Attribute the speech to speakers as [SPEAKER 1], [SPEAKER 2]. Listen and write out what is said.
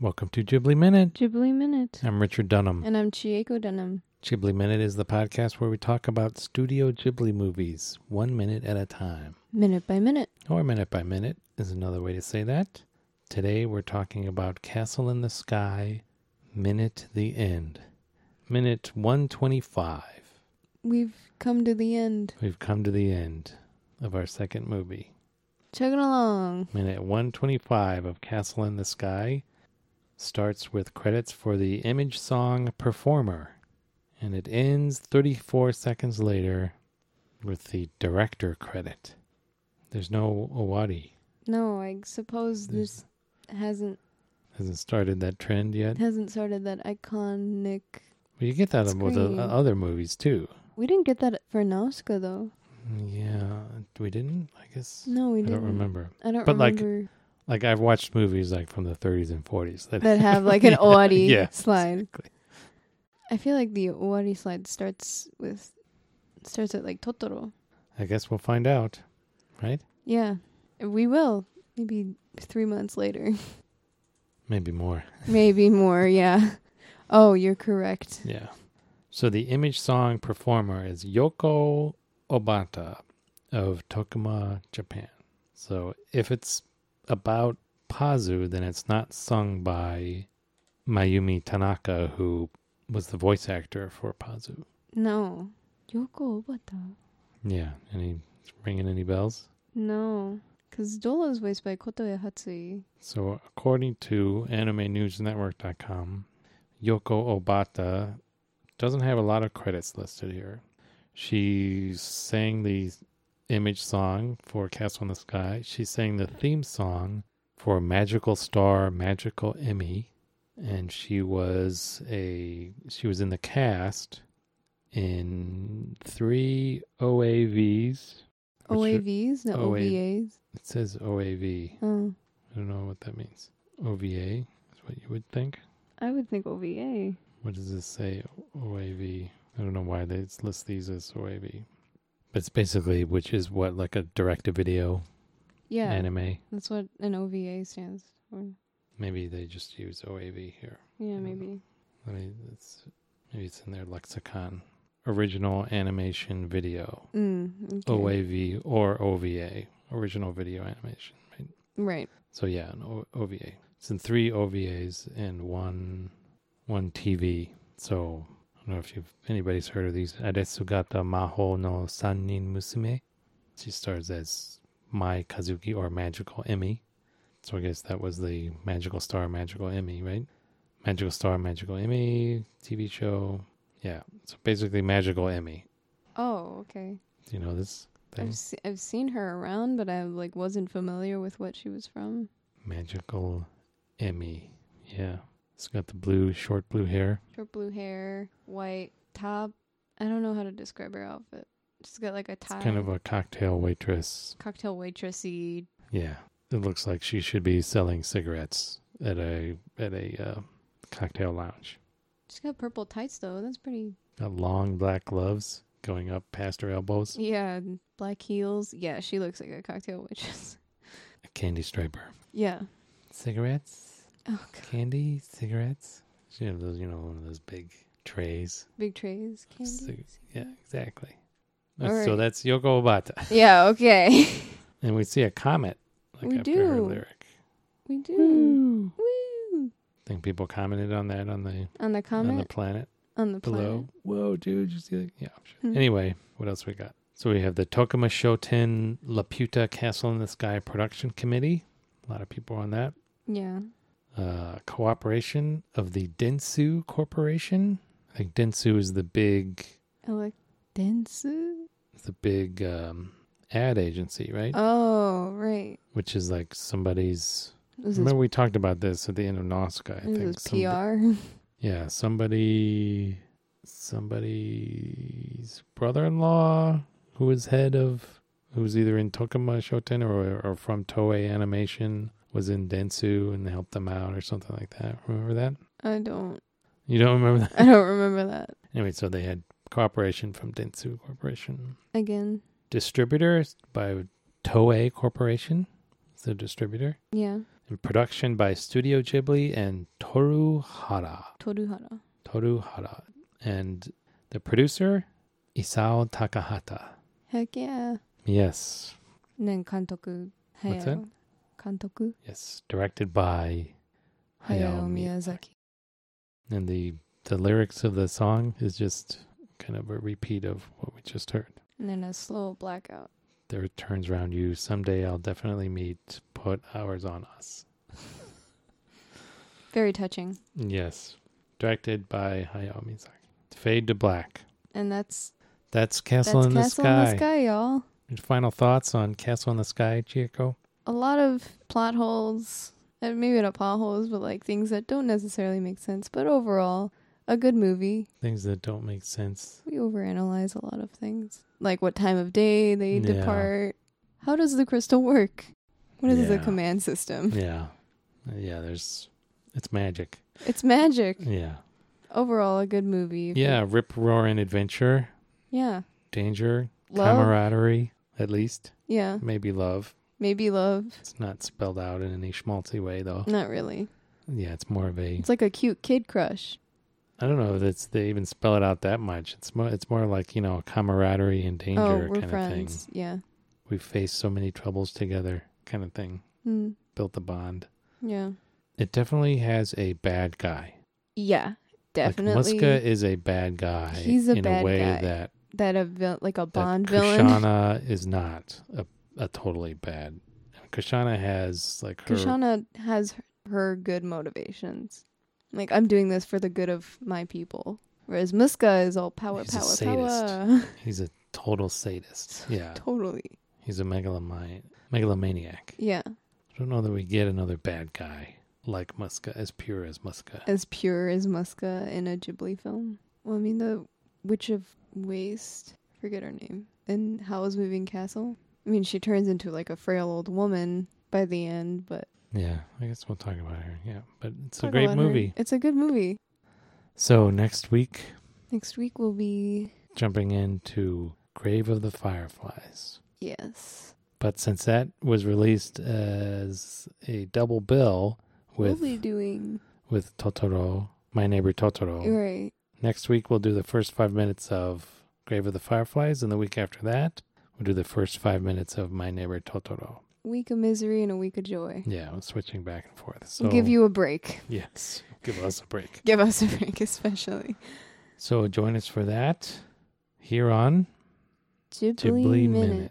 [SPEAKER 1] Welcome to Ghibli Minute.
[SPEAKER 2] Ghibli Minute.
[SPEAKER 1] I'm Richard Dunham.
[SPEAKER 2] And I'm Chieko Dunham.
[SPEAKER 1] Ghibli Minute is the podcast where we talk about Studio Ghibli movies, one minute at a time.
[SPEAKER 2] Minute by minute.
[SPEAKER 1] Or minute by minute is another way to say that. Today we're talking about Castle in the Sky, Minute the End. Minute 125.
[SPEAKER 2] We've come to the end.
[SPEAKER 1] We've come to the end of our second movie.
[SPEAKER 2] Chugging along.
[SPEAKER 1] Minute 125 of Castle in the Sky starts with credits for the image song performer, and it ends 34 seconds later with the director credit. There's no Awadi.
[SPEAKER 2] No, I suppose
[SPEAKER 1] There's-
[SPEAKER 2] this hasn't
[SPEAKER 1] Hasn't started that trend yet.
[SPEAKER 2] hasn't started that iconic.
[SPEAKER 1] But you get that with the
[SPEAKER 2] Screen.
[SPEAKER 1] other movies too.
[SPEAKER 2] We didn't get that for Nausicaa though.
[SPEAKER 1] Yeah, we didn't. I guess
[SPEAKER 2] No, we
[SPEAKER 1] I
[SPEAKER 2] didn't.
[SPEAKER 1] don't remember.
[SPEAKER 2] I don't
[SPEAKER 1] But, like,
[SPEAKER 2] remember
[SPEAKER 1] Like I've watched movies like from the 30s and 40s that
[SPEAKER 2] that have like an Owadi
[SPEAKER 1] Yeah,
[SPEAKER 2] slide.
[SPEAKER 1] exactly.
[SPEAKER 2] I feel like the Owadi slide starts with starts at like Totoro.
[SPEAKER 1] I guess we'll find out, right?
[SPEAKER 2] Yeah, we will. Maybe three months later.
[SPEAKER 1] Maybe more.
[SPEAKER 2] Maybe more, yeah. Oh, you're correct.
[SPEAKER 1] Yeah. So the image song performer is Yoko Obata of Tokuma, Japan. So if it's about Pazu, then it's not sung by Mayumi Tanaka, who was the voice actor for Pazu.
[SPEAKER 2] No. Yoko Obata.
[SPEAKER 1] Yeah. Any ringing any bells?
[SPEAKER 2] No. Because Dola is voiced by Kotoe Hatsui.
[SPEAKER 1] So, according to AnimeNewsNetwork.com, Yoko Obata doesn't have a lot of credits listed here. She sang the image song for Castle in the Sky. She sang the theme song for Magical Star, Magical Emmy, and she was a she was in the cast in three OAVs. which are-
[SPEAKER 2] OAVs, not
[SPEAKER 1] OA.
[SPEAKER 2] OVAs.
[SPEAKER 1] It says OAV.
[SPEAKER 2] Oh,
[SPEAKER 1] I don't know what that means. OVA is what you would think.
[SPEAKER 2] I would think OVA.
[SPEAKER 1] What does this say? OAV. I don't know why they list these as OAV. But it's basically, which is what, like a direct to video
[SPEAKER 2] Yeah,
[SPEAKER 1] anime.
[SPEAKER 2] that's what an OVA stands for.
[SPEAKER 1] Maybe they just use OAV here.
[SPEAKER 2] Yeah,
[SPEAKER 1] don't
[SPEAKER 2] maybe.
[SPEAKER 1] Let me, it's, maybe it's in their lexicon. Original animation video.
[SPEAKER 2] Mm, okay.
[SPEAKER 1] OAV or OVA. Original video animation. Right?
[SPEAKER 2] Right.
[SPEAKER 1] So yeah, an o- OVA. It's in three OVAs and one one TV. So I don't know if you've anybody's heard of these. Aresugata Maho no Sannin Musume. She stars as Mai Kazuki or Magical Emmy. So I guess that was the Magical Star, Magical Emmy, right? Magical Star, Magical Emmy TV show. Yeah. So basically, Magical Emmy.
[SPEAKER 2] Oh, okay.
[SPEAKER 1] Do you know this thing?
[SPEAKER 2] I've, se- I've seen her around, but I like wasn't familiar with what she was from.
[SPEAKER 1] Magical Emmy. Yeah. It's got the blue, short blue hair.
[SPEAKER 2] Short blue hair, white top. I don't know how to describe her outfit. She's got like a tie.
[SPEAKER 1] It's kind of a cocktail waitress.
[SPEAKER 2] cocktail waitressy.
[SPEAKER 1] Yeah, it looks like she should be selling cigarettes at a at a uh, cocktail lounge.
[SPEAKER 2] She's got purple tights though. That's pretty.
[SPEAKER 1] Got long black gloves going up past her elbows.
[SPEAKER 2] Yeah, and black heels. Yeah, she looks like a cocktail waitress.
[SPEAKER 1] A candy striper.
[SPEAKER 2] yeah.
[SPEAKER 1] Cigarettes,
[SPEAKER 2] Oh god,
[SPEAKER 1] candy, cigarettes. She had those, you know, one of those big trays.
[SPEAKER 2] big trays, candy.
[SPEAKER 1] Cig- Yeah,
[SPEAKER 2] cigarettes.
[SPEAKER 1] exactly.
[SPEAKER 2] All
[SPEAKER 1] So
[SPEAKER 2] right.
[SPEAKER 1] that's Yoko Obata,
[SPEAKER 2] Yeah. Okay.
[SPEAKER 1] and we see a comet like
[SPEAKER 2] We
[SPEAKER 1] after her
[SPEAKER 2] do.
[SPEAKER 1] lyric.
[SPEAKER 2] we do.
[SPEAKER 1] Woo.
[SPEAKER 2] Woo.
[SPEAKER 1] I think people commented on that on the
[SPEAKER 2] On the
[SPEAKER 1] on the
[SPEAKER 2] comment
[SPEAKER 1] planet.
[SPEAKER 2] on the,
[SPEAKER 1] below.
[SPEAKER 2] planet.
[SPEAKER 1] Whoa, dude, you see that? Yeah. I'm sure.
[SPEAKER 2] Hmm.
[SPEAKER 1] Anyway, what else we got? So we have the Tokuma Shoten Laputa Castle in the Sky production committee. A lot of people on that.
[SPEAKER 2] Yeah.
[SPEAKER 1] Uh, cooperation of the Dentsu Corporation. I think Dentsu is the big,
[SPEAKER 2] Elec Densu.
[SPEAKER 1] the big um, ad agency, right?
[SPEAKER 2] Oh right.
[SPEAKER 1] Which is like somebody's.
[SPEAKER 2] This is
[SPEAKER 1] Remember we talked about this at the end of Nausicaa. I
[SPEAKER 2] this
[SPEAKER 1] think
[SPEAKER 2] is
[SPEAKER 1] Somebody-
[SPEAKER 2] PR.
[SPEAKER 1] Yeah, somebody, somebody's brother-in-law who was head of, who was either in Tokuma Shoten or, or from Toei Animation, was in Dentsu and helped them out or something like that. Remember that?
[SPEAKER 2] I don't.
[SPEAKER 1] You don't remember that?
[SPEAKER 2] I don't remember that.
[SPEAKER 1] Anyway, so they had cooperation from Dentsu Corporation.
[SPEAKER 2] Again.
[SPEAKER 1] Distributor is by Toei Corporation, it's the distributor.
[SPEAKER 2] Yeah.
[SPEAKER 1] In production by Studio Ghibli and Toru Hara.
[SPEAKER 2] Toruhara.
[SPEAKER 1] Toru Hara. And the producer, Isao Takahata.
[SPEAKER 2] Heck yeah.
[SPEAKER 1] Yes.
[SPEAKER 2] And then Kantoku Hayao.
[SPEAKER 1] What's that?
[SPEAKER 2] Kantoku
[SPEAKER 1] Yes. Directed by Hayao
[SPEAKER 2] Hayao
[SPEAKER 1] Miyazaki.
[SPEAKER 2] Miyazaki.
[SPEAKER 1] And the, the lyrics of the song is just kind of a repeat of what we just heard.
[SPEAKER 2] And then a slow blackout.
[SPEAKER 1] There turns around you. Someday I'll definitely meet. Put hours on us.
[SPEAKER 2] Very touching.
[SPEAKER 1] Yes. Directed by Hayao Miyazaki. Fade to Black.
[SPEAKER 2] And that's
[SPEAKER 1] That's Castle,
[SPEAKER 2] that's
[SPEAKER 1] in,
[SPEAKER 2] Castle
[SPEAKER 1] the
[SPEAKER 2] in
[SPEAKER 1] Sky.
[SPEAKER 2] the Sky, y'all.
[SPEAKER 1] Your final thoughts on Castle in the Sky, Chieko?
[SPEAKER 2] A lot of plot holes, and maybe not plot holes, but like things that don't necessarily make sense. But overall, a good movie.
[SPEAKER 1] Things that don't make sense.
[SPEAKER 2] We overanalyze a lot of things, like what time of day they
[SPEAKER 1] Yeah.
[SPEAKER 2] depart. How does the crystal work? What is the
[SPEAKER 1] Yeah.
[SPEAKER 2] command system?
[SPEAKER 1] Yeah. Yeah, there's. It's magic.
[SPEAKER 2] It's magic.
[SPEAKER 1] Yeah.
[SPEAKER 2] Overall, a good movie.
[SPEAKER 1] Yeah, rip roaring adventure,
[SPEAKER 2] Yeah.
[SPEAKER 1] danger,
[SPEAKER 2] Love.
[SPEAKER 1] camaraderie, at least.
[SPEAKER 2] Yeah.
[SPEAKER 1] Maybe love.
[SPEAKER 2] Maybe love.
[SPEAKER 1] It's not spelled out in any schmaltzy way, though.
[SPEAKER 2] Not really.
[SPEAKER 1] Yeah, it's more of a.
[SPEAKER 2] It's like a cute kid crush.
[SPEAKER 1] I don't know if it's, they even spell it out that much. It's more, it's more like, you know, camaraderie and danger
[SPEAKER 2] oh, we're
[SPEAKER 1] kind of thing.
[SPEAKER 2] friends. Yeah.
[SPEAKER 1] We've faced so many troubles together kind of thing.
[SPEAKER 2] Mm.
[SPEAKER 1] Built the bond.
[SPEAKER 2] Yeah.
[SPEAKER 1] It definitely has a bad guy.
[SPEAKER 2] Yeah. Definitely.
[SPEAKER 1] Like Muska is a bad guy
[SPEAKER 2] He's a
[SPEAKER 1] in
[SPEAKER 2] bad
[SPEAKER 1] a way
[SPEAKER 2] guy.
[SPEAKER 1] that,
[SPEAKER 2] that a vil- like a
[SPEAKER 1] that
[SPEAKER 2] Bond villain.
[SPEAKER 1] Kushana is not a, a totally bad. Kushana has like her
[SPEAKER 2] Kushana has her- her good motivations. Like I'm doing this for the good of my people. Whereas Muska is all power,
[SPEAKER 1] He's a
[SPEAKER 2] power,
[SPEAKER 1] sadist.
[SPEAKER 2] power.
[SPEAKER 1] he's a total sadist. Yeah.
[SPEAKER 2] totally.
[SPEAKER 1] He's a megalomani- megalomaniac.
[SPEAKER 2] Yeah.
[SPEAKER 1] I don't know that we get another bad guy like Muska, as pure as Muska.
[SPEAKER 2] As pure as Muska in a Ghibli film. Well, I mean the Witch of Waste. I forget her name. In Howl's Moving Castle. I mean she turns into like a frail old woman by the end, but
[SPEAKER 1] Yeah, I guess we'll talk about her. Yeah, but it's a
[SPEAKER 2] Talk
[SPEAKER 1] great
[SPEAKER 2] about her.
[SPEAKER 1] movie.
[SPEAKER 2] It's a good movie.
[SPEAKER 1] So next week,
[SPEAKER 2] Next week will be
[SPEAKER 1] jumping into Grave of the Fireflies.
[SPEAKER 2] yes.
[SPEAKER 1] But since that was released as a double bill with
[SPEAKER 2] we'll be doing
[SPEAKER 1] with Totoro, My Neighbor Totoro,
[SPEAKER 2] right.
[SPEAKER 1] next week we'll do the first five minutes of Grave of the Fireflies, and the week after that we'll do the first five minutes of My Neighbor Totoro.
[SPEAKER 2] Week of misery and a week of joy.
[SPEAKER 1] Yeah, I'm switching back and forth. So
[SPEAKER 2] We'll give you a break.
[SPEAKER 1] yes, give us a break.
[SPEAKER 2] Give us a break, especially.
[SPEAKER 1] So join us for that here on
[SPEAKER 2] Ghibli,
[SPEAKER 1] Ghibli Minute.